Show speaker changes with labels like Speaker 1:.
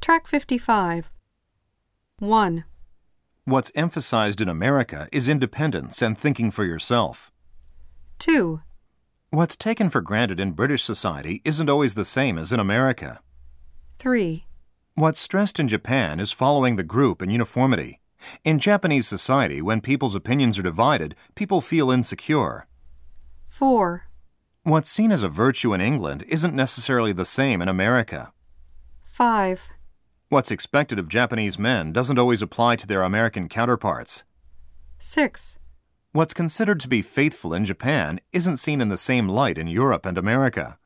Speaker 1: Track 55. 1,
Speaker 2: What's emphasized in America is independence and thinking for yourself.
Speaker 1: 2,
Speaker 2: What's taken for granted in British society isn't always the same as in America.
Speaker 1: 3,
Speaker 2: What's stressed in Japan is following the group and uniformity. In Japanese society, when people's opinions are divided, people feel insecure.
Speaker 1: 4,
Speaker 2: What's seen as a virtue in England isn't necessarily the same in America.
Speaker 1: 5,
Speaker 2: What's expected of Japanese men doesn't always apply to their American counterparts.
Speaker 1: 6,
Speaker 2: What's considered to be faithful in Japan isn't seen in the same light in Europe and America.